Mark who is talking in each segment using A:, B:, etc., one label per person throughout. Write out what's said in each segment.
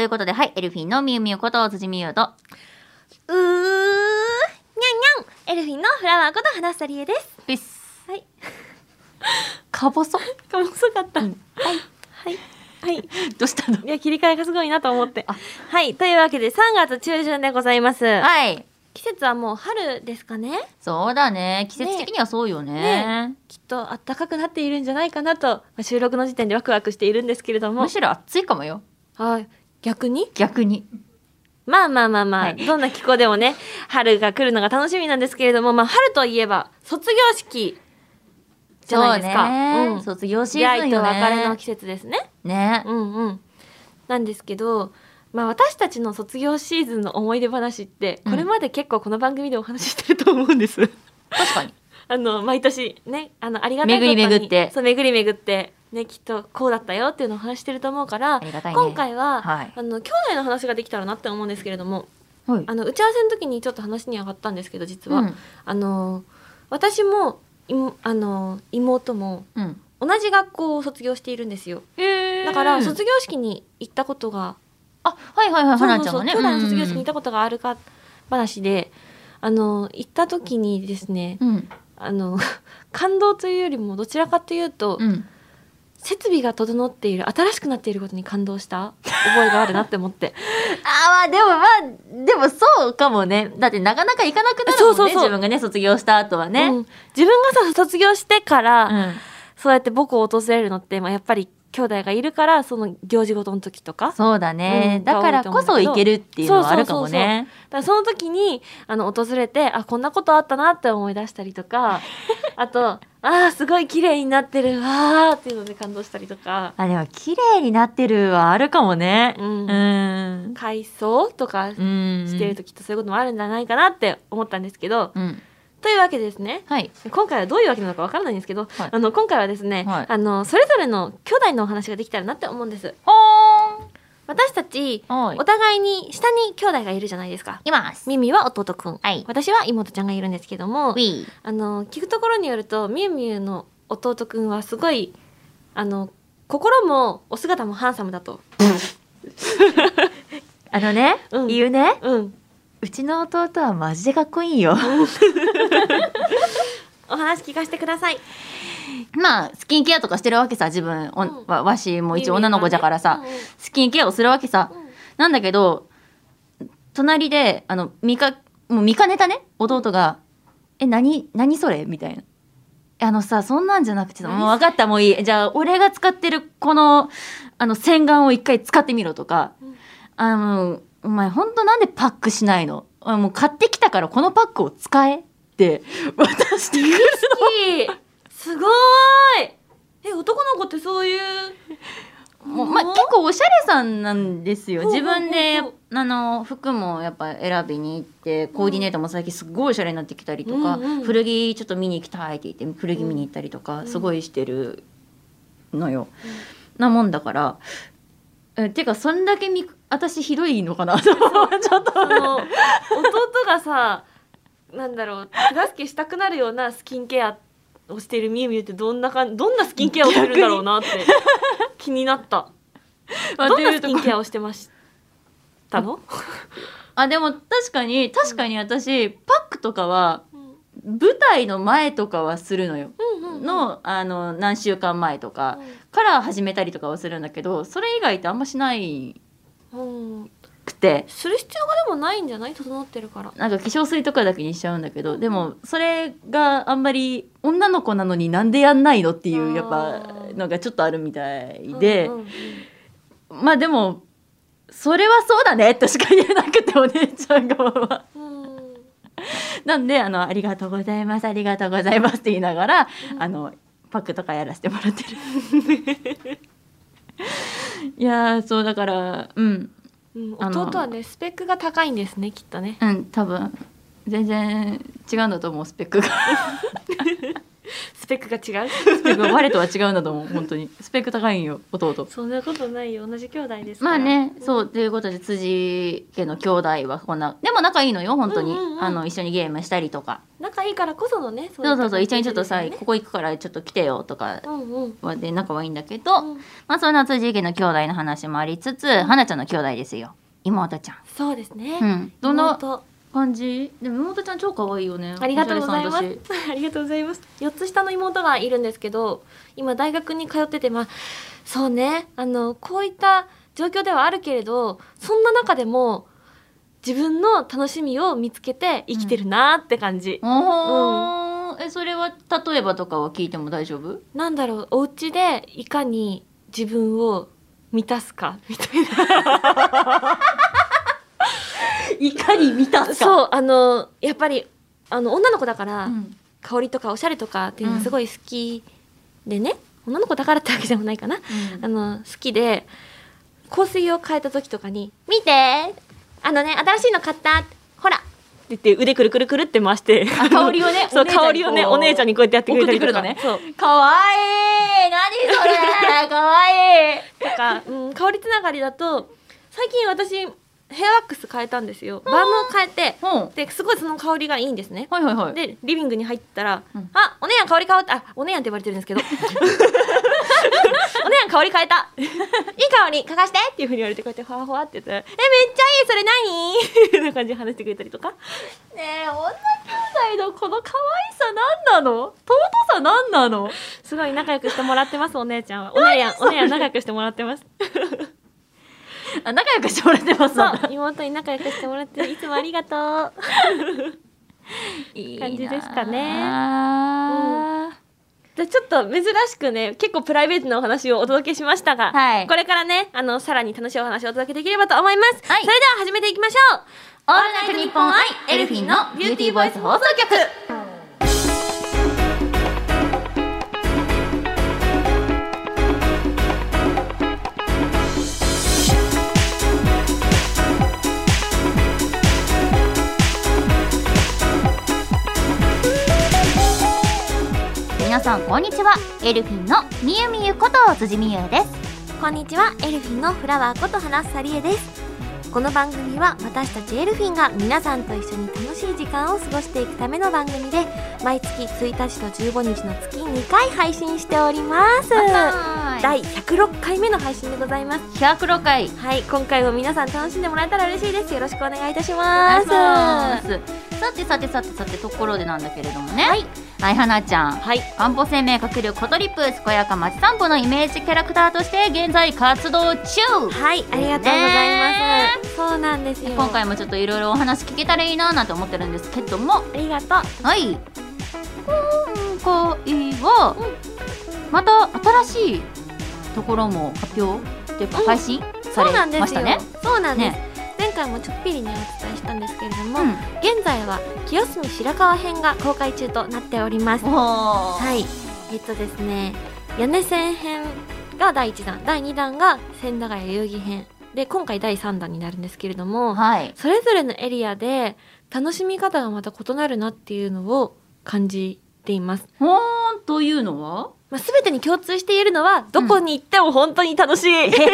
A: いうことで、はい、エルフィンのみゆみゆこと辻みゆと、
B: うーにゃんにゃんエルフィンのフラワーこと花さりえです
A: ピス。
B: はい。
A: か細。
B: かもそかった、
A: うん
B: はいはいはい
A: どうしたの
B: いや切り替えがすごいなと思って
A: あ
B: はいというわけで3月中旬でございます
A: はい。
B: 季節はもう春ですかね
A: そうだね。季節的にはそうよね。
B: ねきっと暖かくなっているんじゃないかなと、まあ収録の時点でワクワクしているんですけれども
A: むしろ暑いかもよ。
B: はい逆に
A: 逆に。
B: まあまあまあまあ、
A: はい
B: どんな気候でもね春が来るのが楽しみなんですけれども、まあ、春といえば卒業式じゃないですか。
A: そうね、
B: うん
A: 卒業シ
B: 出
A: ーズ
B: 会
A: ン
B: いと
A: よね。
B: 別れの季節ですね。
A: ね。
B: うんうん、なんですけど、まあ、私たちの卒業シーズンの思い出話って
A: うん
B: これまで結構この番組でお話ししてると思うんです。
A: 確かに。
B: あの毎年ねあのありがたいことに
A: 巡り巡って
B: そう巡り巡って、ね、きっとこうだったよっていうのをお話ししてると思うから、
A: ありがたいね。
B: 今回は、
A: はい。
B: あの兄弟の話ができたらなって思うんですけれども
A: はい。
B: あの打ち合わせの時にちょっと話に上がったんですけど実は、
A: うん。
B: あの私もいもあの妹も
A: うん。
B: 同じ学校を卒業しているんですよ
A: え
B: だから卒業式に行ったことが、
A: あ、はいはいはい、
B: そう
A: 花
B: そう
A: ちゃん
B: そ
A: も
B: う
A: ね。
B: 兄弟の卒業式に行っ
A: い
B: たことがあるか話で、あの行った時にですね
A: うん。
B: あの 感動というよりもどちらかというと、
A: うん。
B: 設備が整っている新しくなっていることに感動した覚えがあるなって思って
A: あーまあでもまあでもそうかもねだってなかなか行かなくなるもんね
B: そうそうそう
A: 自分がね卒業した後は ね、
B: う
A: うん
B: ん自分がさ卒業してから、
A: うん
B: そうやって母校を訪れるのって、まあ、やっぱり兄弟がいるからその行事ごとの時とかだか
A: そうだね、
B: うん
A: だからこそ行けるっていうのはあるかもね
B: らその時にあの訪れてあこんなことあったなって思い出したり とかあとあーすごい綺麗になってるわーっていうので感動したりとか、
A: あでも綺麗になってるはあるかもね
B: う
A: うんん
B: 改装とか
A: うん
B: してるときっとそういうこともあるんじゃないかなって思ったんですけど、
A: うん
B: というわけでですね
A: はい
B: 今回はどういうわけなのかわからないんですけど、
A: はい
B: あの今回はですね、
A: はい
B: あのそれぞれの兄弟のお話ができたらなって思うんです
A: ほ
B: 私たち
A: ーんはい
B: お互いに下に兄弟がいるじゃないですか
A: います
B: ミミは弟くん、
A: はい
B: 私は妹ちゃんがいるんですけども
A: ウィー
B: あの聞くところによるとみゆみゆの弟くんはすごいあの心もお姿もハンサムだと、
A: あのね、
B: うん
A: 言うね
B: うん、
A: うちの弟はマジでかっこいいよ
B: お話聞かせてください
A: まあスキンケアとかしてるわけさ自分、お
B: うん
A: わわしも一応女の子じゃからさ、スキンケアをするわけさ、
B: みゆみゆはね
A: なんだけど、隣で、あの、見か、もう見かねたね、弟が、え、何、何それみたいな。えあのさ、そんなんじゃなくて、
B: 何
A: もう分かった、もういい。じゃあ、俺が使ってる、この、あの、洗顔を一回使ってみろとか、
B: うん
A: あの、お前、ほんとなんでパックしないのあもう買ってきたから、このパックを使えって、渡してくる
B: うん好きすごーいえ男の子ってそういう
A: の。もうまあ、結構おしゃれさんなんですよ。
B: ほうほう
A: 自
B: ほうほう
A: 分で、あの、服もやっぱ選びに行って、コーディネートも最近すっごいおしゃれになってきたりとか、
B: うんうん
A: 古着ちょっと見に行きたいって言って古着見に行ったりと
B: う
A: か
B: ん
A: すごいしてるのよ、なもんだからえてかそんだけみ私ひどいのかな ちょっと
B: その弟がさなんだろう手助けしたくなるようなスキンケアをしているみゆみゆってどんなかんどんなスキンケアをしてるんだろうなって気になったどんなスキンケアをしてましたの、
A: あでも確かに確かに私パックとかは舞台の前とかはするのよ
B: の、
A: のあの何週間前とかから始めたりとかはするんだけどそれ以外ってあんましない
B: うん、
A: くて
B: する必要がでもないんじゃない整ってるから
A: なんか化粧水とかだけにしちゃうんだけどでもそれがあんまり女の子なのになんでやんないのってい
B: あー
A: うやっぱのがちょっとあるみたいで、
B: うんうんうん
A: まあでもそれはそうだねとしか言えなくてお 姉ちゃん側は。
B: うん
A: なんであの「ありがとうございますありがとうございます」って言いながら、
B: うん
A: あのパックとかやらせてもらってる。 いやーそうだからうん
B: うん
A: あの
B: 弟はねスペックが高いんですねきっとね
A: うん多分全然違うんだと思うスペックが。
B: スペックが違う
A: スペックは我とは違うんだと思う本当にスペック高いんよ弟
B: そんなことないよ同じ兄弟ですか
A: ま
B: ら
A: あねそううということで辻家の兄弟はこんなでも仲いいのよ本当に、
B: うんうんうん
A: あの一緒にゲームしたりとか
B: ん仲いいからこそのねそ
A: そうそうそう一緒にちょっとさ、
B: ね
A: ここ行くからちょっと来てよとか
B: うんうんうん
A: はで仲はいいんだけど、まあそんな辻家の兄弟の話もありつつ花ちゃんの兄弟ですよ妹ちゃん
B: そうですね、
A: うん、どの
B: 妹
A: 感じでも妹ちゃん超可愛いよね
B: ありがとうございます
A: おしゃれさんだし
B: ありがとうございます4つ下の妹がいるんですけど今大学に通っててまあそうねあのこういった状況ではあるけれどそんな中でも自分の楽しみを見つけて生きてるなって感じ、
A: おーえそれは例えばとかは聞いても大丈夫
B: なんだろうお家でいかに自分を満たすかみたい
A: いかに見た
B: な
A: う、
B: そうあのやっぱりあの女の子だから、
A: ん、
B: 香りとかおしゃれとかっていうのがすごい好きでね、女の子だからってわけでもないかなあの好きで香水を変えた時とかに「見てあのね新しいの買ったほら!」って言って腕くるくるくるって回して
A: あ香りをね
B: そ
A: お
B: う
A: 姉ちゃんにこう
B: 香りをねお姉ちゃんにこうやってやってくれたりとか
A: 送ってく
B: そう
A: かわいい何そ れかわいい
B: とか、うん、香りつながりだと最近私ヘアワックス変えたんですよバームを変えて
A: うん
B: ですごいその香りがいいんですね
A: はいはいはい
B: でリビングに入ったら「
A: うん
B: あお姉やん香り変わったあお姉やん」って言われてるんですけど 「お姉やん香り変えたいい香り嗅がして」っていうふうに言われてこうやってふわふわって言って「えめっちゃいいそれ何?」みたいな感じで話してくれたりとか
A: ねえ女兄弟のこの可愛さ何なの尊さ何なの
B: すごい仲良くしてもらってますお姉ちゃんはお姉やんお姉やん仲良くしてもらって ます
A: あ仲良くしてもらってます
B: そう妹に仲良くしてもらっていつもありがとう
A: いい
B: 感じですかね
A: なあ
B: じゃあちょっと珍しくね結構プライベートなお話をお届けしましたが、
A: はい
B: これからねあのさらに楽しいお話をお届けできればと思います、
A: はい
B: それでは始めていきましょう
A: オールナイトニッポンアイエルフィンのビューティーボイス放送局皆さんこんにちはエルフィンのみゆみゆこと辻みゆです
B: こんにちはエルフィンのフラワーこと花さりえですこの番組は私たちエルフィンが皆さんと一緒に楽しい時間を過ごしていくための番組で毎月1日と15日の月2回配信しております
A: 第
B: 第106回目の配信でございます
A: 106回
B: はい今回も皆さん楽しんでもらえたら嬉しいですよろしくお願いいたし
A: お願
B: ま
A: い
B: す
A: しますさてさてさてさてところでなんだけれどもねはいはなちゃん
B: はい
A: 安保生命かけるコトリップ健やか街散歩のイメージキャラクターとして現在活動中
B: はいありがとうございますそうなんですよ
A: 今回もちょっといろいろお話聞けたらいいななんて思ってるんですけども
B: ありがとう
A: はい今回はまた新しいところも発表っていうか
B: うん
A: 配信さ
B: そ
A: れ
B: うなんで
A: ますし
B: よ
A: たね
B: そうなんです、
A: ね
B: 前回もちょっぴりねお伝えしたんですけれども、
A: うん
B: 現在は清澄白河編が公開中となっております
A: おー
B: は、いえっとですね屋根線編が第1弾第2弾が千駄ヶ谷遊戯編で今回第3弾になるんですけれども
A: はい
B: それぞれのエリアで楽しみ方がまた異なるなっていうのを感じています、
A: ほーんというのは
B: まあ、全てに共通して言えるのはどこに行っても本当に楽 しい、本当に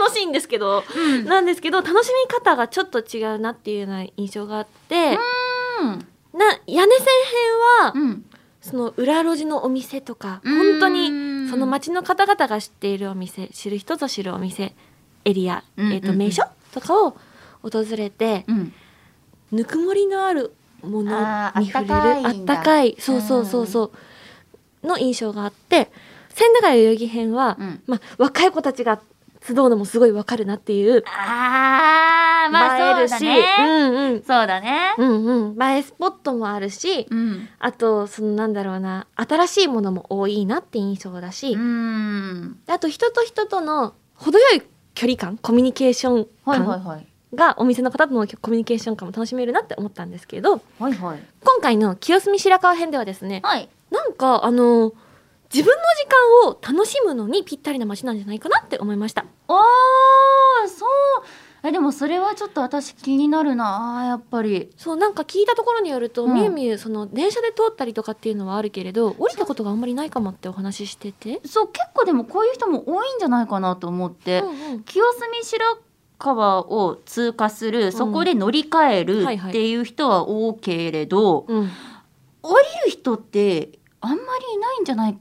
B: 楽しいんですけど
A: うん
B: なんですけど楽しみ方がちょっと違うなっていうような印象があって、な屋根線編は、
A: うん
B: その裏路地のお店とか
A: うん
B: 本当にその町の方々が知っているお店知る人ぞ知るお店エリア、
A: うん
B: えー、
A: うん
B: と
A: うん
B: 名所とかを訪れて、
A: うん
B: ぬくもりのあるもの
A: あー
B: に触れる
A: あ
B: あ
A: ったかい
B: っ
A: んだ
B: たかいそうそうそうそう、の印象があって千駄ヶ谷代々木編は、
A: うん
B: まあ、若い子たちが集うのもすごいわかるなっていう
A: あーまあ
B: 映え
A: そうだ
B: るし、
A: ね
B: うんうん
A: そうだね
B: うんうん、映えスポットもあるし、
A: うん
B: あとそのなんだろうな新しいものも多いなって印象だし、
A: うん
B: あと人と人との程よい距離感コミュニケーション
A: はいはい
B: 感
A: はい
B: がお店の方とのコミュニケーション感も楽しめるなって思ったんですけど
A: はいはい
B: 今回の清澄白河編ではですね
A: はい
B: なんかあの自分の時間を楽しむのにぴったりな街なんじゃないかなって思いました。
A: あーそうえでもそれはちょっと私気になるなあやっぱり
B: そうなんか聞いたところによると、
A: うん
B: みゆみゆその電車で通ったりとかっていうのはあるけれど降りたことがあんまりないかもってお話ししてて、
A: そう結構でもこういう人も多いんじゃないかなと思って、
B: うんうん
A: 清澄白河を通過するそこで乗り換える
B: はいはい
A: っていう人は多けれど、
B: うん、
A: 降りる人ってあんまりいないんじゃないの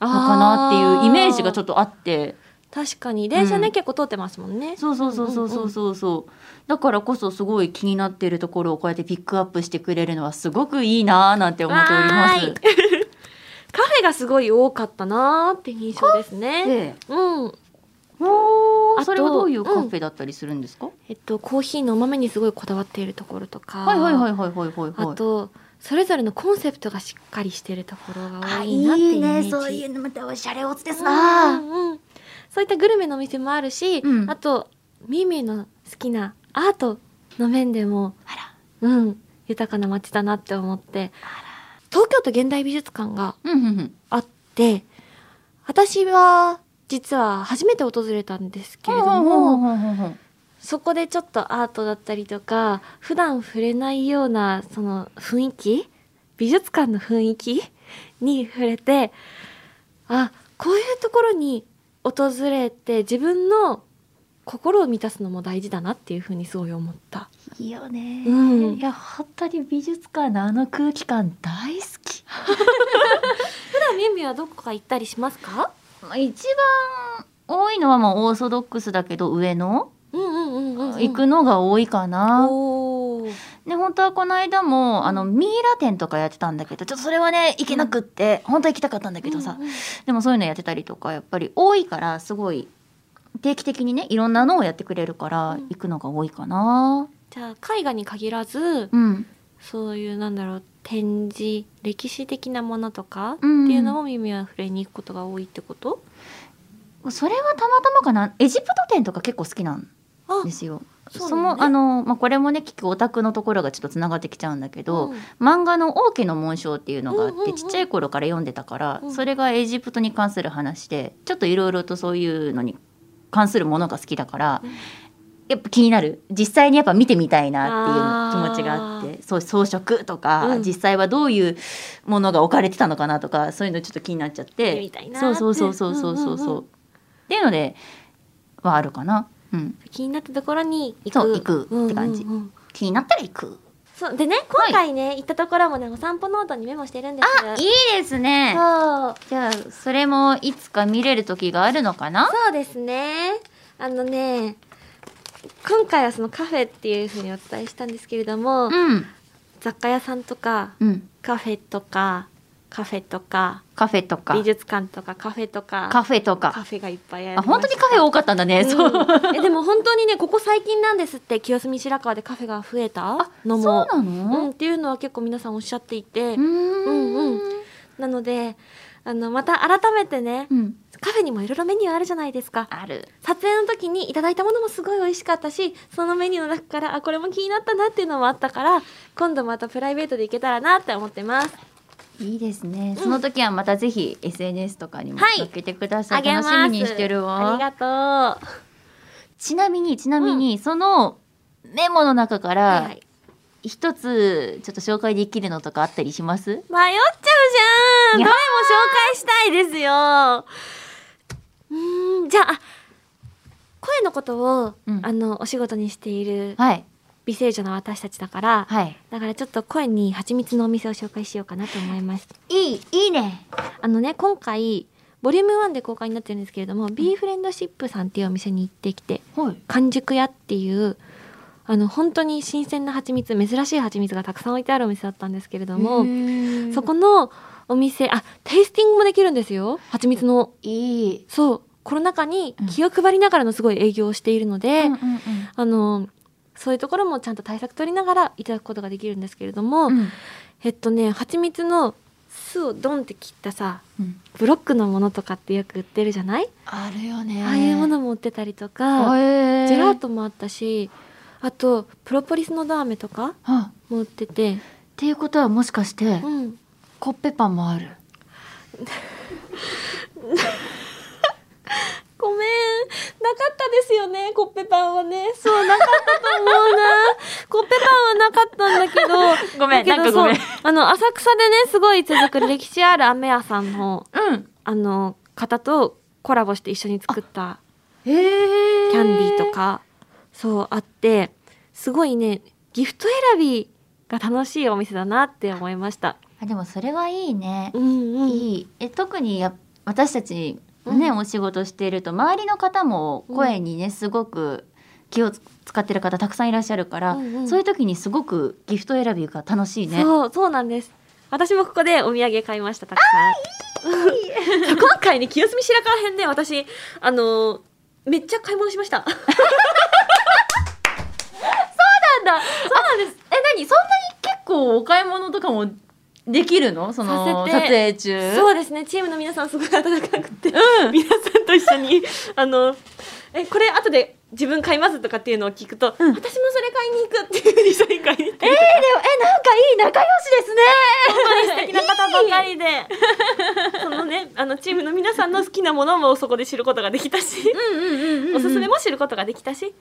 B: あー
A: かなっていうイメージがちょっとあって
B: 確かに電車
A: う
B: ね
A: ん
B: 結構通ってますもんね、
A: そうそうそうそうそうそうそうだからこそすごい気になってるところをこうやってピックアップしてくれるのはすごくいいなあなんて思っております。
B: わカフェがすごい多かったなーって印象ですね
A: で
B: うん
A: お
B: あと
A: それはどういうカフェだったりするんですか、
B: えっとコーヒーのお豆にすごいこだわっているところとか
A: はいはいはいはいはいはいはい
B: あとそれぞれのコンセプトがしっかりしてるところが多いなっていうイメージ
A: うのまたおしゃれおつで
B: うんうんうんそういったグルメのお店もあるし、
A: うん
B: あとミミの好きなアートの面でも、
A: あら
B: うん、豊かな街だなって思って東京都現代美術館が
A: うんうんうん
B: あって私は実は初めて訪れたんですけれども、
A: ほうほうほうほうほう
B: そこでちょっとアートだったりとか普段触れないようなその雰囲気美術館の雰囲気に触れてあこういうところに訪れて自分の心を満たすのも大事だなっていうふうにすごい思った。
A: いいよね、
B: うん
A: いや本当に美術館のあの空気感大好き、
B: 普段みゆみゆはどこか行ったりしますか？
A: まあ、一番多いのはまあオーソドックスだけど上野
B: うんうんうんうん、
A: 行くのが多いかな、
B: おー
A: ね本当はこの間もあのミイラ展とかやってたんだけどちょっとそれはね行けなくって、本当は行きたかったんだけどさ、
B: うんうん
A: でもそういうのやってたりとかやっぱり多いからすごい定期的にねいろんなのをやってくれるから
B: うん
A: 行くのが多いかな。
B: じゃあ絵画に限らず
A: うん、
B: そういうなんだろう展示歴史的なものとかって
A: うん
B: いうのも耳は触れに行くことが多いってこと、
A: それはたまたまかなエジプト展とか結構好きなん
B: あ
A: ですよ。そ
B: そうなんだね
A: のあの、まあ、これもね結構オタクのところがちょっとつながってきちゃうんだけど、
B: うん
A: 漫画の「王家の紋章」っていうのがあって、
B: うんうんうん
A: ちっちゃい頃から読んでたから、
B: うん
A: それがエジプトに関する話でちょっといろいろとそういうのに関するものが好きだから、
B: うん
A: やっぱ気になる実際にやっぱ見てみたいなっていう
B: あー
A: 気持ちがあってそう装飾とか、
B: うん
A: 実際はどういうものが置かれてたのかなとかそういうのちょっと気になっちゃっ
B: 見て
A: て
B: みたいなー
A: そ
B: っ
A: う
B: て
A: そうそうそうそうそう
B: うんうん
A: そううんっていうのではあるかな、うん、
B: 気になったところに行く
A: そう行くって感じ
B: うんうんうん
A: 気になったら行く
B: そうでね今回ね、行ったところもねお散歩ノートにメモしてるんです
A: あいいですね
B: そう
A: じゃあそれもいつか見れる時があるのかな
B: そうですねあのね今回はそのカフェっていうふうにお伝えしたんですけれども、
A: うん
B: 雑貨屋さんとか
A: うん
B: カフェとかカフェとか
A: カフェとか
B: 美術館とかカフェとか
A: カフェと
B: カ
A: か
B: フェがいっぱいあり
A: あ本当にカフェ多かったんだね、
B: うん
A: そう
B: えでも本当にねここ最近なんですって清澄白河でカフェが増えたのも
A: そうな
B: うん、っ
A: の
B: ていうのは結構皆さんおっしゃっていて、
A: うーん
B: うんなのであのまた改めてね、
A: うん
B: カフェにもいろいろメニューあるじゃないですか
A: ある
B: 撮影の時にいただいたものもすごい美味しかったしそのメニューの中からあこれも気になったなっていうのもあったから今度またプライベートで行けたらなって思ってます
A: いいですね、
B: うん
A: その時はまたぜひ SNS とかにも
B: はい
A: 載っけてください、
B: あげます
A: 楽しみにしてる
B: あり
A: わ
B: がとう
A: ちなみにちなみに、そのメモの中か
B: はいは
A: ら
B: い
A: 一つちょっと紹介できるのとかあったりします
B: 迷っちゃうじゃん
A: いや
B: どれも紹介したいですようーんじゃああ声のことを、
A: うん
B: あのお仕事にしている
A: はい
B: 美声女の私たちだから、
A: はい
B: だからちょっと声に蜂蜜のお店を紹介しようかなと思います
A: いいいいね
B: あのね今回ボリューム1で公開になってるんですけれども、ビーフレンドシップさんっていうお店に行ってきて
A: はい
B: 完熟屋っていうあの本当に新鮮な蜂蜜珍しい蜂蜜がたくさん置いてあるお店だったんですけれども、そこのお店、あ、テイスティングもできるんですよ。蜂蜜の。
A: いい、
B: そう。コロナ禍に
A: うん
B: 気を配りながらのすごい営業をしているので、
A: うんうん
B: あの、そういうところもちゃんと対策取りながらいただくことができるんですけれども、
A: うん
B: えっとね、蜂蜜の巣をドンって切ったさ、
A: うん
B: ブロックのものとかってよく売ってるじゃない
A: あるよね
B: ああいうものも売ってたりとか、
A: ジ
B: ジェラートもあったし、あと、プロポリスのダーメとか
A: あ
B: も売ってて、
A: っていうことはもしかして
B: うん。
A: コッペパンもある
B: ごめん、なかったですよねコッペパンはねそうなかったと思う なコッペパンはなかったんだけど
A: ごめん
B: だけ
A: なん
B: ど
A: かごめん
B: そうあの浅草でねすごい続く歴史ある飴屋さんの
A: うん
B: あの方とコラボして一緒に作った
A: へえ
B: キャンディーとか、そうあってすごいねギフト選びが楽しいお店だなって思いました。
A: あでもそれはいいね
B: う、んうん、
A: いいえ特にや私たちね、
B: うん
A: お仕事していると周りの方も声にねすごく気をつ使ってる方たくさんいらっしゃるから、
B: うんうん
A: そういう時にすごくギフト選びが楽しいね。
B: そうそうなんです私もここでお土産買いましたたくさん 今回ね清澄白河編で私あのーめっちゃ買い物しましたそうなんだそうなんです
A: え何そんなに結構お買い物とかもできるのその
B: させて
A: 撮影中
B: そうですねチームの皆さんすごい温かくて、
A: う
B: 皆さんと一緒にあのえこれ後で自分買いますとかっていうのを聞くと、
A: うん
B: 私もそれ買いに行くっていうふうにサイン買いに行って
A: えー、でもえなんかいい仲良しですね
B: 素敵な方ばかりでそのねあのチームの皆さんの好きなものもそこで知ることができたし、おすすめも知ることができたし、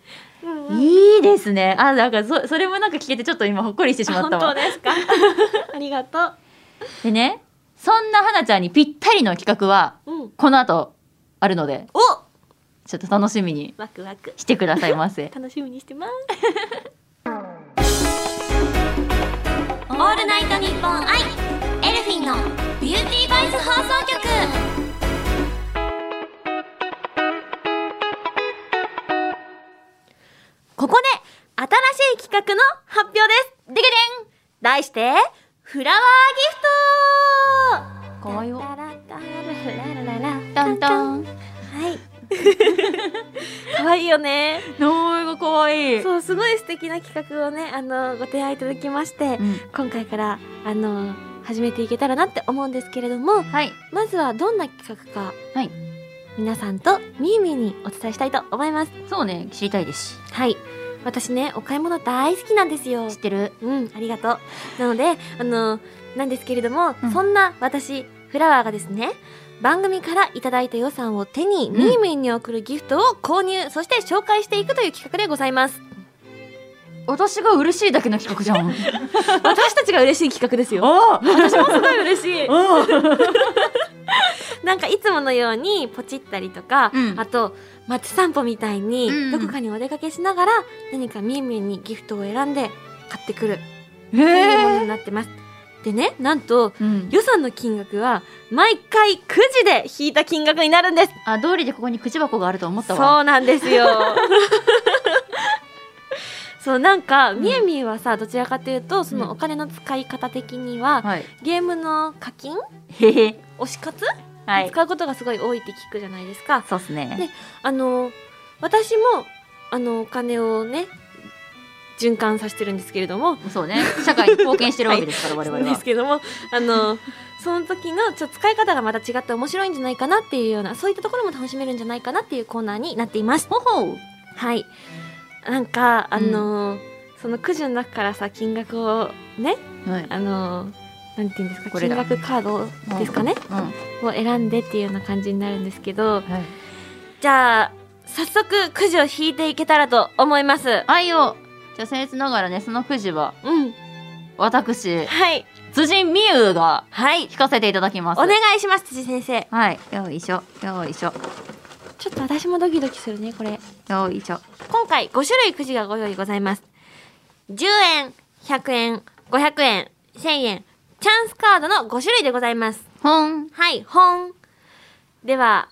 B: うんうん
A: いいですねあなんかそそれもなんか聞けてちょっと今ほっこりしてしまっ
B: 本
A: た
B: 当
A: わ
B: です かありがと
A: でねそんな花ちゃんにぴったりの企画は
B: う、うん、
A: この後あるので
B: お
A: ちょっと楽しみに
B: ワクワク
A: してくださいま せ
B: 楽しみにしてます
A: オールナイトニッポン愛
C: エルフィンのビューティーバイス放送局
B: ここで新しい企画の発表ですでけでん題してフラワーギフト
A: かわいい
B: タラタラララララ
A: トントン
B: はい。可愛いよね。
A: 名前がかわいい
B: そう、すごい素敵な企画をね、あの、ご提案いただきまして
A: う、ん
B: 今回から、あの、始めていけたらなって思うんですけれども、
A: はい
B: まずはどんな企画か、
A: はい
B: 皆さんとみーみーにお伝えしたいと思います。
A: そうね知りたいですし
B: はい。私ね、お買い物大好きなんですよ
A: 知っ。てる
B: うん、ありがとう。なので、あの、なんですけれども、
A: うん
B: そんな私、フラワーがですね、番組からいただいた予算を手に、
A: ん
B: ミーミーに送るギフトを購入、そして紹介していくという企画でございます。
A: 私が嬉しいだけの企画じゃ ん
B: 私たちが嬉しい企画ですよ。
A: あ
B: 私もすごい 嬉しい。
A: あ
B: なんかいつものようにポチったりとか、
A: うん
B: あと、街散歩みたいに、
A: うん
B: どこかにお出かけしながら、何かミーミーにギフトを選んで買ってくる
A: え
B: というもの
A: え
B: になってます。でね、なんと、
A: うん、
B: 予算の金額は毎回くじで引いた金額になるんです
A: あ道理でここに口箱があると思ったわ
B: そうなんで すよそうなんか、
A: ん
B: みえみえはさどちらかというとその
A: うん
B: お金の使い方的には、
A: はい
B: ゲームの課金
A: へへ
B: 推し活、
A: はい
B: 使うことがすごい多いって聞くじゃないですか
A: そうっすね
B: ねあの私もあのお金をね循環させてるんですけれども
A: そうね社会に貢献してるわけですから、我々
B: で
A: は
B: すけどもあのその時のちょっと使い方がまた違って面白いんじゃないかなっていうようなそういったところも楽しめるんじゃないかなっていうコーナーになっています
A: ほほう
B: はいなんかあの、そのくじの中からさ金額をね
A: はい
B: あのなんていうんですか
A: これだ
B: 金額カードですかね、
A: うんは
B: を選んでっていうような感じになるんですけど
A: い
B: じゃあ早速くじを引いていけたらと思います
A: 愛をじゃあ僭越ながらねそのくじは
B: うん
A: 私
B: はい
A: 辻美優が
B: はい
A: 引かせていただきま
B: お
A: す
B: 願いします辻先生
A: はいよいしょよいしょ
B: ちょっと私もドキドキするねこれ
A: よいしょ
B: 今回5種類くじがご用意ございます。10円、100円、500円、1000円、チャンスカードの5種類でございます。
A: ほん
B: はい、本。では、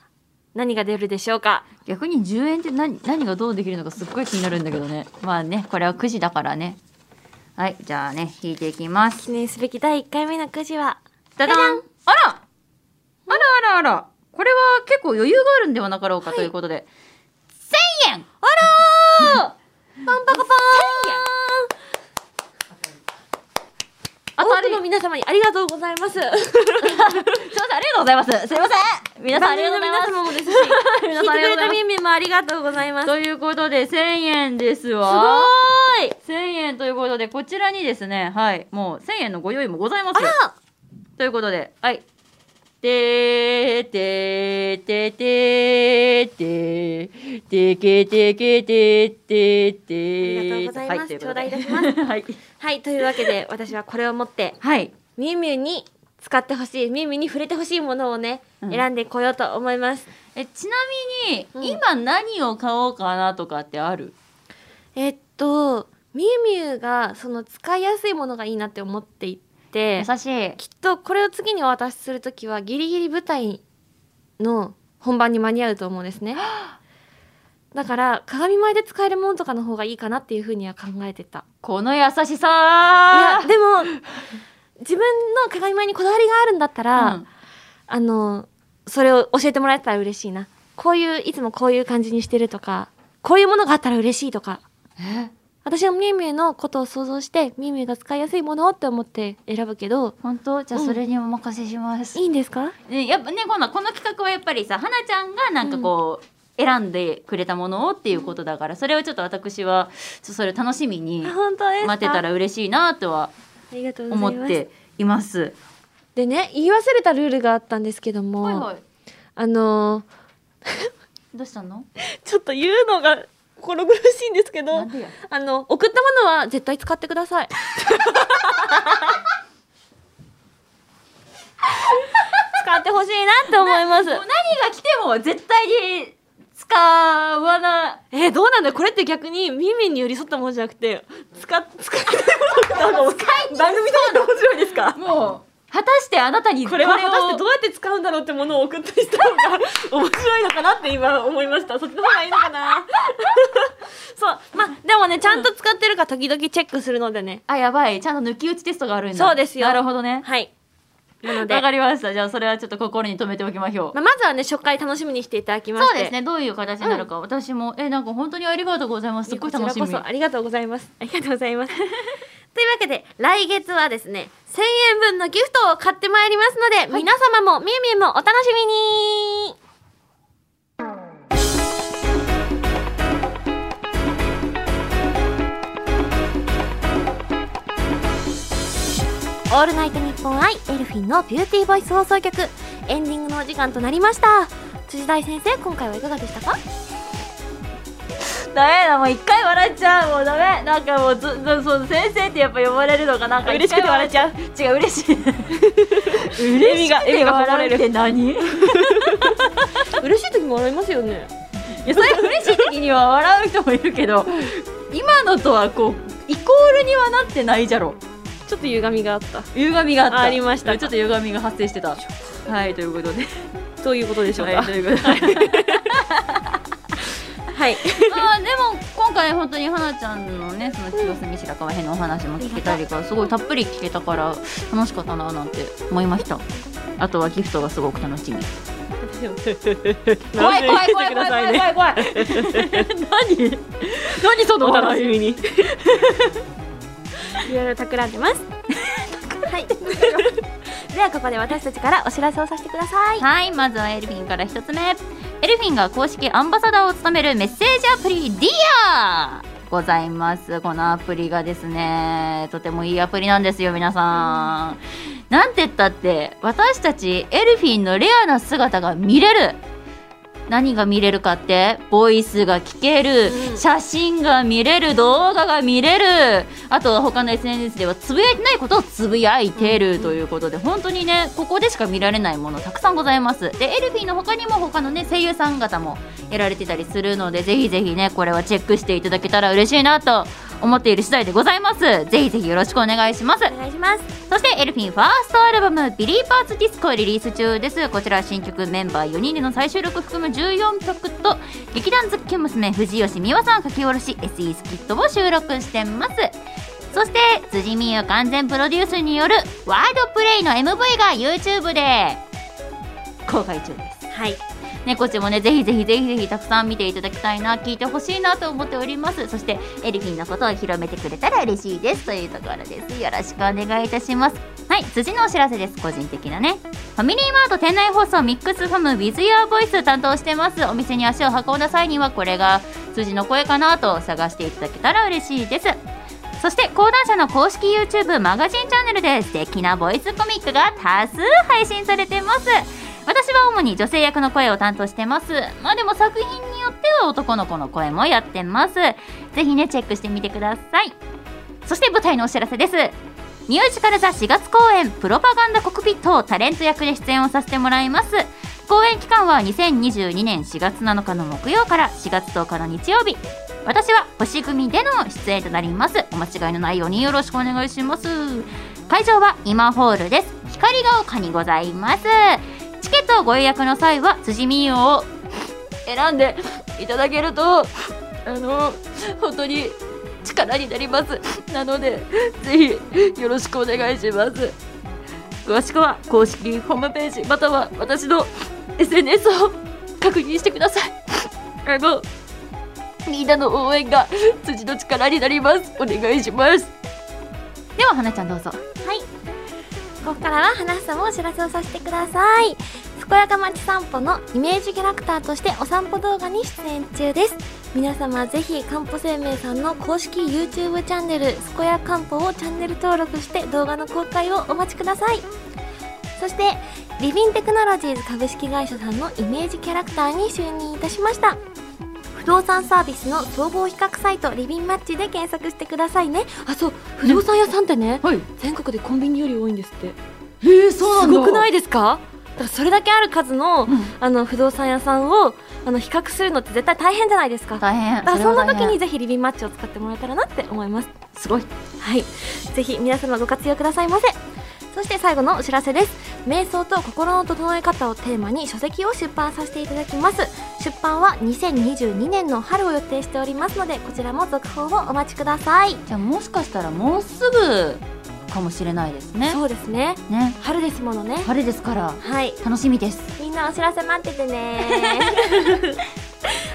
B: 何が出るでしょうか
A: 逆に10円って何何がどうできるのかすっごい気になるんだけどねまあねこれはくじだからねはいじゃあね引いていきます
B: 記念すべき第1回目のくじは、
A: ダダンあらあらあらあらこれは結構余裕があるんではなかろうかということで、1000円
B: パンパカパーン
A: あ
B: 多
A: とあれ
B: くの皆様にありがとうございます。
A: すいませんありがとうございますすいません皆さんありがとうございます
B: 番組の皆様もですし、
A: 皆
B: 聞
A: さん
B: い
A: あり
B: てく
A: がとうござ
B: れ
A: います
B: たみんみんもありがとうございます。す
A: ということで1000円です
B: ご
A: わ
B: ーい
A: 1000円ということでこちらにですねはいもう1000円のご用意もございます
B: あら
A: ということではいてーてーてーてーてーてーけーてーけーてーてーてー
B: ありがとうございま
A: はと
B: す
A: うことで
B: 頂戴いたします
A: はい
B: はいというわけで私はこれを持って
A: はい
B: ミュウミュウに使ってほしいミュウミュウに触れてほしいものをね、
A: うん
B: 選んでこようと思います
A: えちなみに、
B: うん
A: 今何を買おうかなとかってある
B: えっとミュウミュウがその使いやすいものがいいなって思っていて
A: 優しい
B: きっとこれを次にお渡しするときはギリギリ舞台の本番に間に合うと思うんです ねだから鏡前で使えるものとかの方がいいかなっていうふうには考えてた
A: この優し
B: い
A: さ
B: やでも自分の鏡前にこだわりがあるんだったら、
A: うん
B: あのそれを教えてもらえたら嬉しいなこういういつもこういう感じにしてるとかこういうものがあったら嬉しいとか
A: え
B: 私はみゆみゆのことを想像してみゆみゆが使いやすいものをって思って選ぶけど
A: 本当じゃあそれにお任せします、
B: いいんですか
A: ね、やっぱねこのこの企画はやっぱりさ花ちゃんがなんかこう、選んでくれたものをっていうことだからそれをちょっと私はちょっとそれを楽しみに
B: あ本当ですか
A: 待ってたら嬉しいなとは
B: ありがとうご
A: 思っ
B: ざいます
A: ています。
B: でね言い忘れたルールがあったんですけども、
A: い。
B: あの
A: どうしたの？
B: ーちょっと言うのが心苦しいんですけ
A: な
B: ど
A: んでや。
B: あの送ったものは絶対使ってください使ってほしいなって思います
A: もう何が来ても絶対に使わな
B: えーどうなんだこれって逆にミンミンに寄り添ったものじゃなくて使っ使ってもらった方が番組とかで面白いですか
A: い。もう果たしてあなたに
B: これは果たして
A: を
B: どうやって使うんだろうってものを送ったりしたのが面白いのかなって今思いましたそっちの方がいいのかな そうまあでもねちゃんと使ってるか時々チェックするのでね
A: あやばいちゃんと抜き打ちテストがあるんだ。
B: そうですよ
A: なるほどね。
B: はいなので、
A: わ
B: ま
A: かりました。じゃあそれはちょっと心に留めておきましょう。
B: あ、まずはね初回楽しみにしていただきまして
A: そうですね。どういう形になるか、私もえなんか本当にありがとうございます。すっごい楽しみ。
B: こちらこそありがとうございます。ありがとうござい ます。というわけで来月はですね1000円分のギフトを買ってまいりますので、
A: はい
B: 皆様もみゆみゆもお楽しみにオールナイトニッポンアイエルフィンのビューティーボイス放送局エンディングのお時間となりました辻大先生今回はいかがでしたか
A: ダメだもう一回笑っちゃうもうダメなんかもうずずそう先生ってやっぱ呼ばれるのがなんか
B: 嬉しくて笑っちゃう
A: う違う嬉しい嬉しくて笑うって何いや
B: 嬉しい時も笑いますよね
A: それ嬉しい時には笑う人もいるけど今のとはこうイコールにはなってないじゃろ
B: ちょっと歪みがあった
A: 歪みがあった
B: ありましたか
A: ちょっと歪みが発生してたはいということで
B: ということでしょう
A: はい
B: か
A: ということで
B: はい
A: あーでも今回本当に花ちゃんのねその清澄白河編のお話も聞けたりがすごいたっぷり聞けたから楽しかったななんて思いましたあとはギフトがすごく楽しみ怖い怖い怖い怖い怖い怖い怖い 何何そのお話
B: みにいろいろ企んでます はい ではここで私たちからお知らせをさせてください
A: はいまずはエルフィンから一つ目エルフィンが公式アンバサダーを務めるメッセージアプリ d ィアございますこのアプリがですねとてもいいアプリなんですよ皆さんなんて言ったって私たちエルフィンのレアな姿が見れる何が見れるかってボイスが聞ける、
B: うん
A: 写真が見れる動画が見れるあとは他の SNS ではつぶやいてないことをつぶやいてるということで、本当にねここでしか見られないものたくさんございますでエルフィーの他にも他のね声優さん方もやられてたりするのでぜひぜひねこれはチェックしていただけたら嬉しいなと思っている次第でございますぜひぜひよろしくお願いします
B: お願いします
A: そしてエルフィンファーストアルバム「ビリーパーツディスコ」をリリース中ですこちら新曲メンバー4人での再収録含む14曲と劇団ズッキュン娘藤吉美和さん書き下ろし SE スキットを収録してますそして辻美優完全プロデュースによるワードプレイの MV が YouTube で公開中です
B: はい
A: ね、こっちもね、ぜひぜひぜひぜひたくさん見ていただきたいな、聞いてほしいなと思っております。そして、エルフィンのことを広めてくれたら嬉しいですというところです。よろしくお願いいたします。はい、辻のお知らせです。個人的なね。ファミリーマート店内放送ミックスファム With Your Voice 担当してます。お店に足を運んだ際には、これが辻の声かなと探していただけたら嬉しいです。そして講談社の公式 YouTube マガジンチャンネルで素敵なボイスコミックが多数配信されてます私は主に女性役の声を担当してますまあでも作品によっては男の子の声もやってますぜひねチェックしてみてくださいそして舞台のお知らせですミュージカル座4月公演プロパガンダコクピットをタレント役で出演をさせてもらいます公演期間は2022年4月7日の木曜から4月10日の日曜日私は星組での出演となりますお間違いのないようによろしくお願いします会場は今ホールです光が丘にございますチケットをご予約の際は辻美優を選んでいただけるとあの本当に力になりますなのでぜひよろしくお願いします詳しくは公式ホームページまたは私の SNS を確認してくださいあのみんなの応援が辻の力になりますお願いしますでは花ちゃんどうぞ
B: はい。ここからは花房もお知らせをさせてください。健やか町散歩のイメージキャラクターとしてお散歩動画に出演中です。皆様ぜひかんぽ生命さんの公式 YouTube チャンネル「健やかんぽ」をチャンネル登録して動画の公開をお待ちくださいそしてリビンテクノロジーズ株式会社さんのイメージキャラクターに就任いたしました不動産サービスの総合比較サイトリビンマッチで検索してくださいねあそう不動産屋さんってね
D: はい
B: 全国でコンビニより多いんですって
D: えー、そうなん
B: す
D: だ
B: ごくないですかだからそれだけある数の,、あの不動産屋さんをあの比較するのって絶対大変じゃないですかだか
A: 大変
B: らそんな
A: れは大
B: 時
A: 変
B: にぜひリビンマッチを使ってもらえたらなって思います
A: すごい
B: はいぜひ皆様ご活用くださいませそして最後のお知らせです瞑想と心の整え方をテーマに書籍を出版させていただきます出版は2022年の春を予定しておりますのでこちらも続報をお待ちください
A: じゃあもしかしたらもうすぐかもしれないですね
B: そうですね
A: ね
B: 春ですものね
A: 晴れですから
B: はい
A: 楽しみです
B: みんなお知らせ待っててね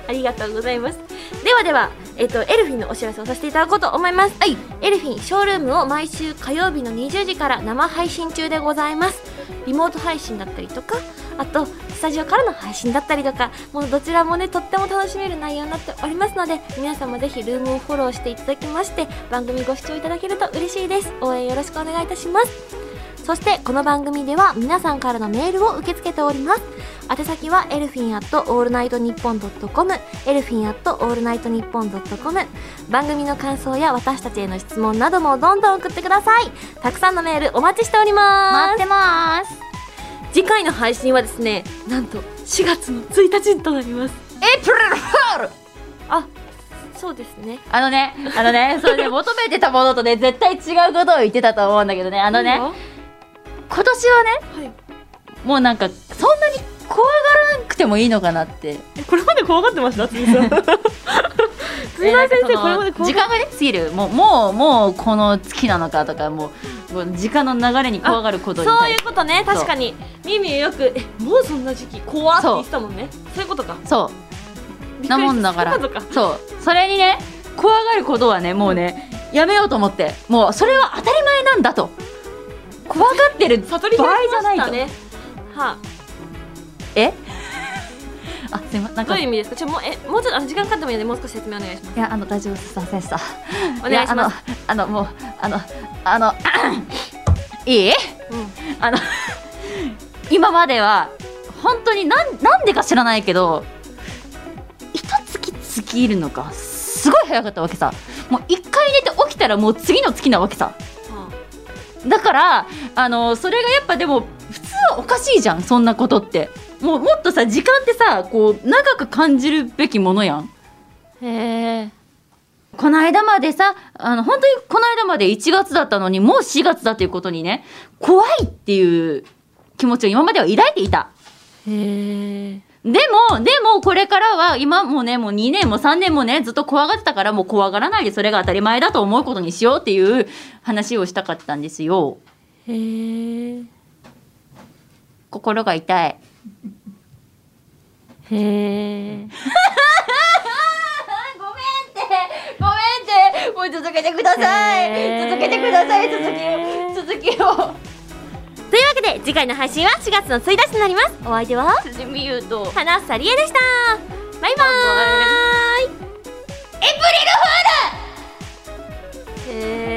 B: ありがとうございますではでは、えっと、エルフィンのお知らせをさせていただこうと思います、はい、エルフィンショールームを毎週火曜日の20時から生配信中でございますリモート配信だったりとかあとスタジオからの配信だったりとかもうどちらもねとっても楽しめる内容になっておりますので皆様ぜひルームをフォローしていただきまして番組ご視聴いただけると嬉しいです応援よろしくお願いいたしますそしてこの番組では皆さんからのメールを受け付けております宛先はエルフィンアットオールナイトニッポンドットコムエルフィンアットオールナイトニッポンドットコム番組の感想や私たちへの質問などもどんどん送ってくださいたくさんのメールお待ちしております
A: 待ってます
B: 次回の配信はですねなんと4月の1日となります
A: エイプリルフール
B: あそうですね
A: あのねあの ねそれで求めてたものとね絶対違うことを言ってたと思うんだけどねあ
B: あ
A: のね
B: は
A: 今年はね
B: い
A: もうなんかそんなに怖がらなくてもいいのかなって
D: えこれまで怖がって ました辻さん辻さん
A: なんか
D: 先
A: そ
D: 生
A: の
D: これまで怖
A: 時
D: がっ
A: 間がね過ぎるもうもうもうこの月なのかとかもうもう時間の流れに怖がることに
B: そう
A: 対
B: いうことね確かに
D: ミミよくえもうそんな時期怖って言ってたもんねそういうことか
A: そう
D: びっくりした
A: なもんだから
D: そういうことか
A: そうそれにね怖がることはねもうね、やめようと思ってもうそれは当たり前なんだと怖がってる場合
D: 悟り
A: じ
D: 開きま
A: ゃな
D: し
A: い
D: た
A: と、
D: ねはあ
A: え あすいませんなん
D: どうい
A: か
D: う意
A: い
D: 味ですかちょもうえもうちょっとあの時間かかってもいいのでもう少し説明お願いします
A: やあの大丈夫ですすいませんでした
D: お願いします
A: やあのあのもうあのあの いいあの 今までは本当になんなんでか知らないけど一月過ぎるのかすごい早かったわけさもう一回寝て起きたらもう次の月なわけさ
D: は
A: だからあのそれがやっぱでも普通はおかしいじゃんそんなことってもうもっとさ時間ってさこう長く感じるべきものやん
D: あへえ
A: この間までさあの本当にこの間まで1月だったのにもう4月だということにね怖いっていう気持ちを今までは抱いていた
D: へえ
A: でもでもこれからは今もうねもう2年も3年もねずっと怖がってたからもう怖がらないでそれが当たり前だと思うことにしようっていう話をしたかったんですよ
D: へえ
A: 心が痛い
D: へえ
A: ごめんってごめんってもう続けてください続けてください続きを続きを
B: というわけで次回の配信は4月の1日となりますお相手は
D: 辻美優と
B: 花さりえでしたバイバ
A: エ
B: ーイ
A: イプリルフール
B: へ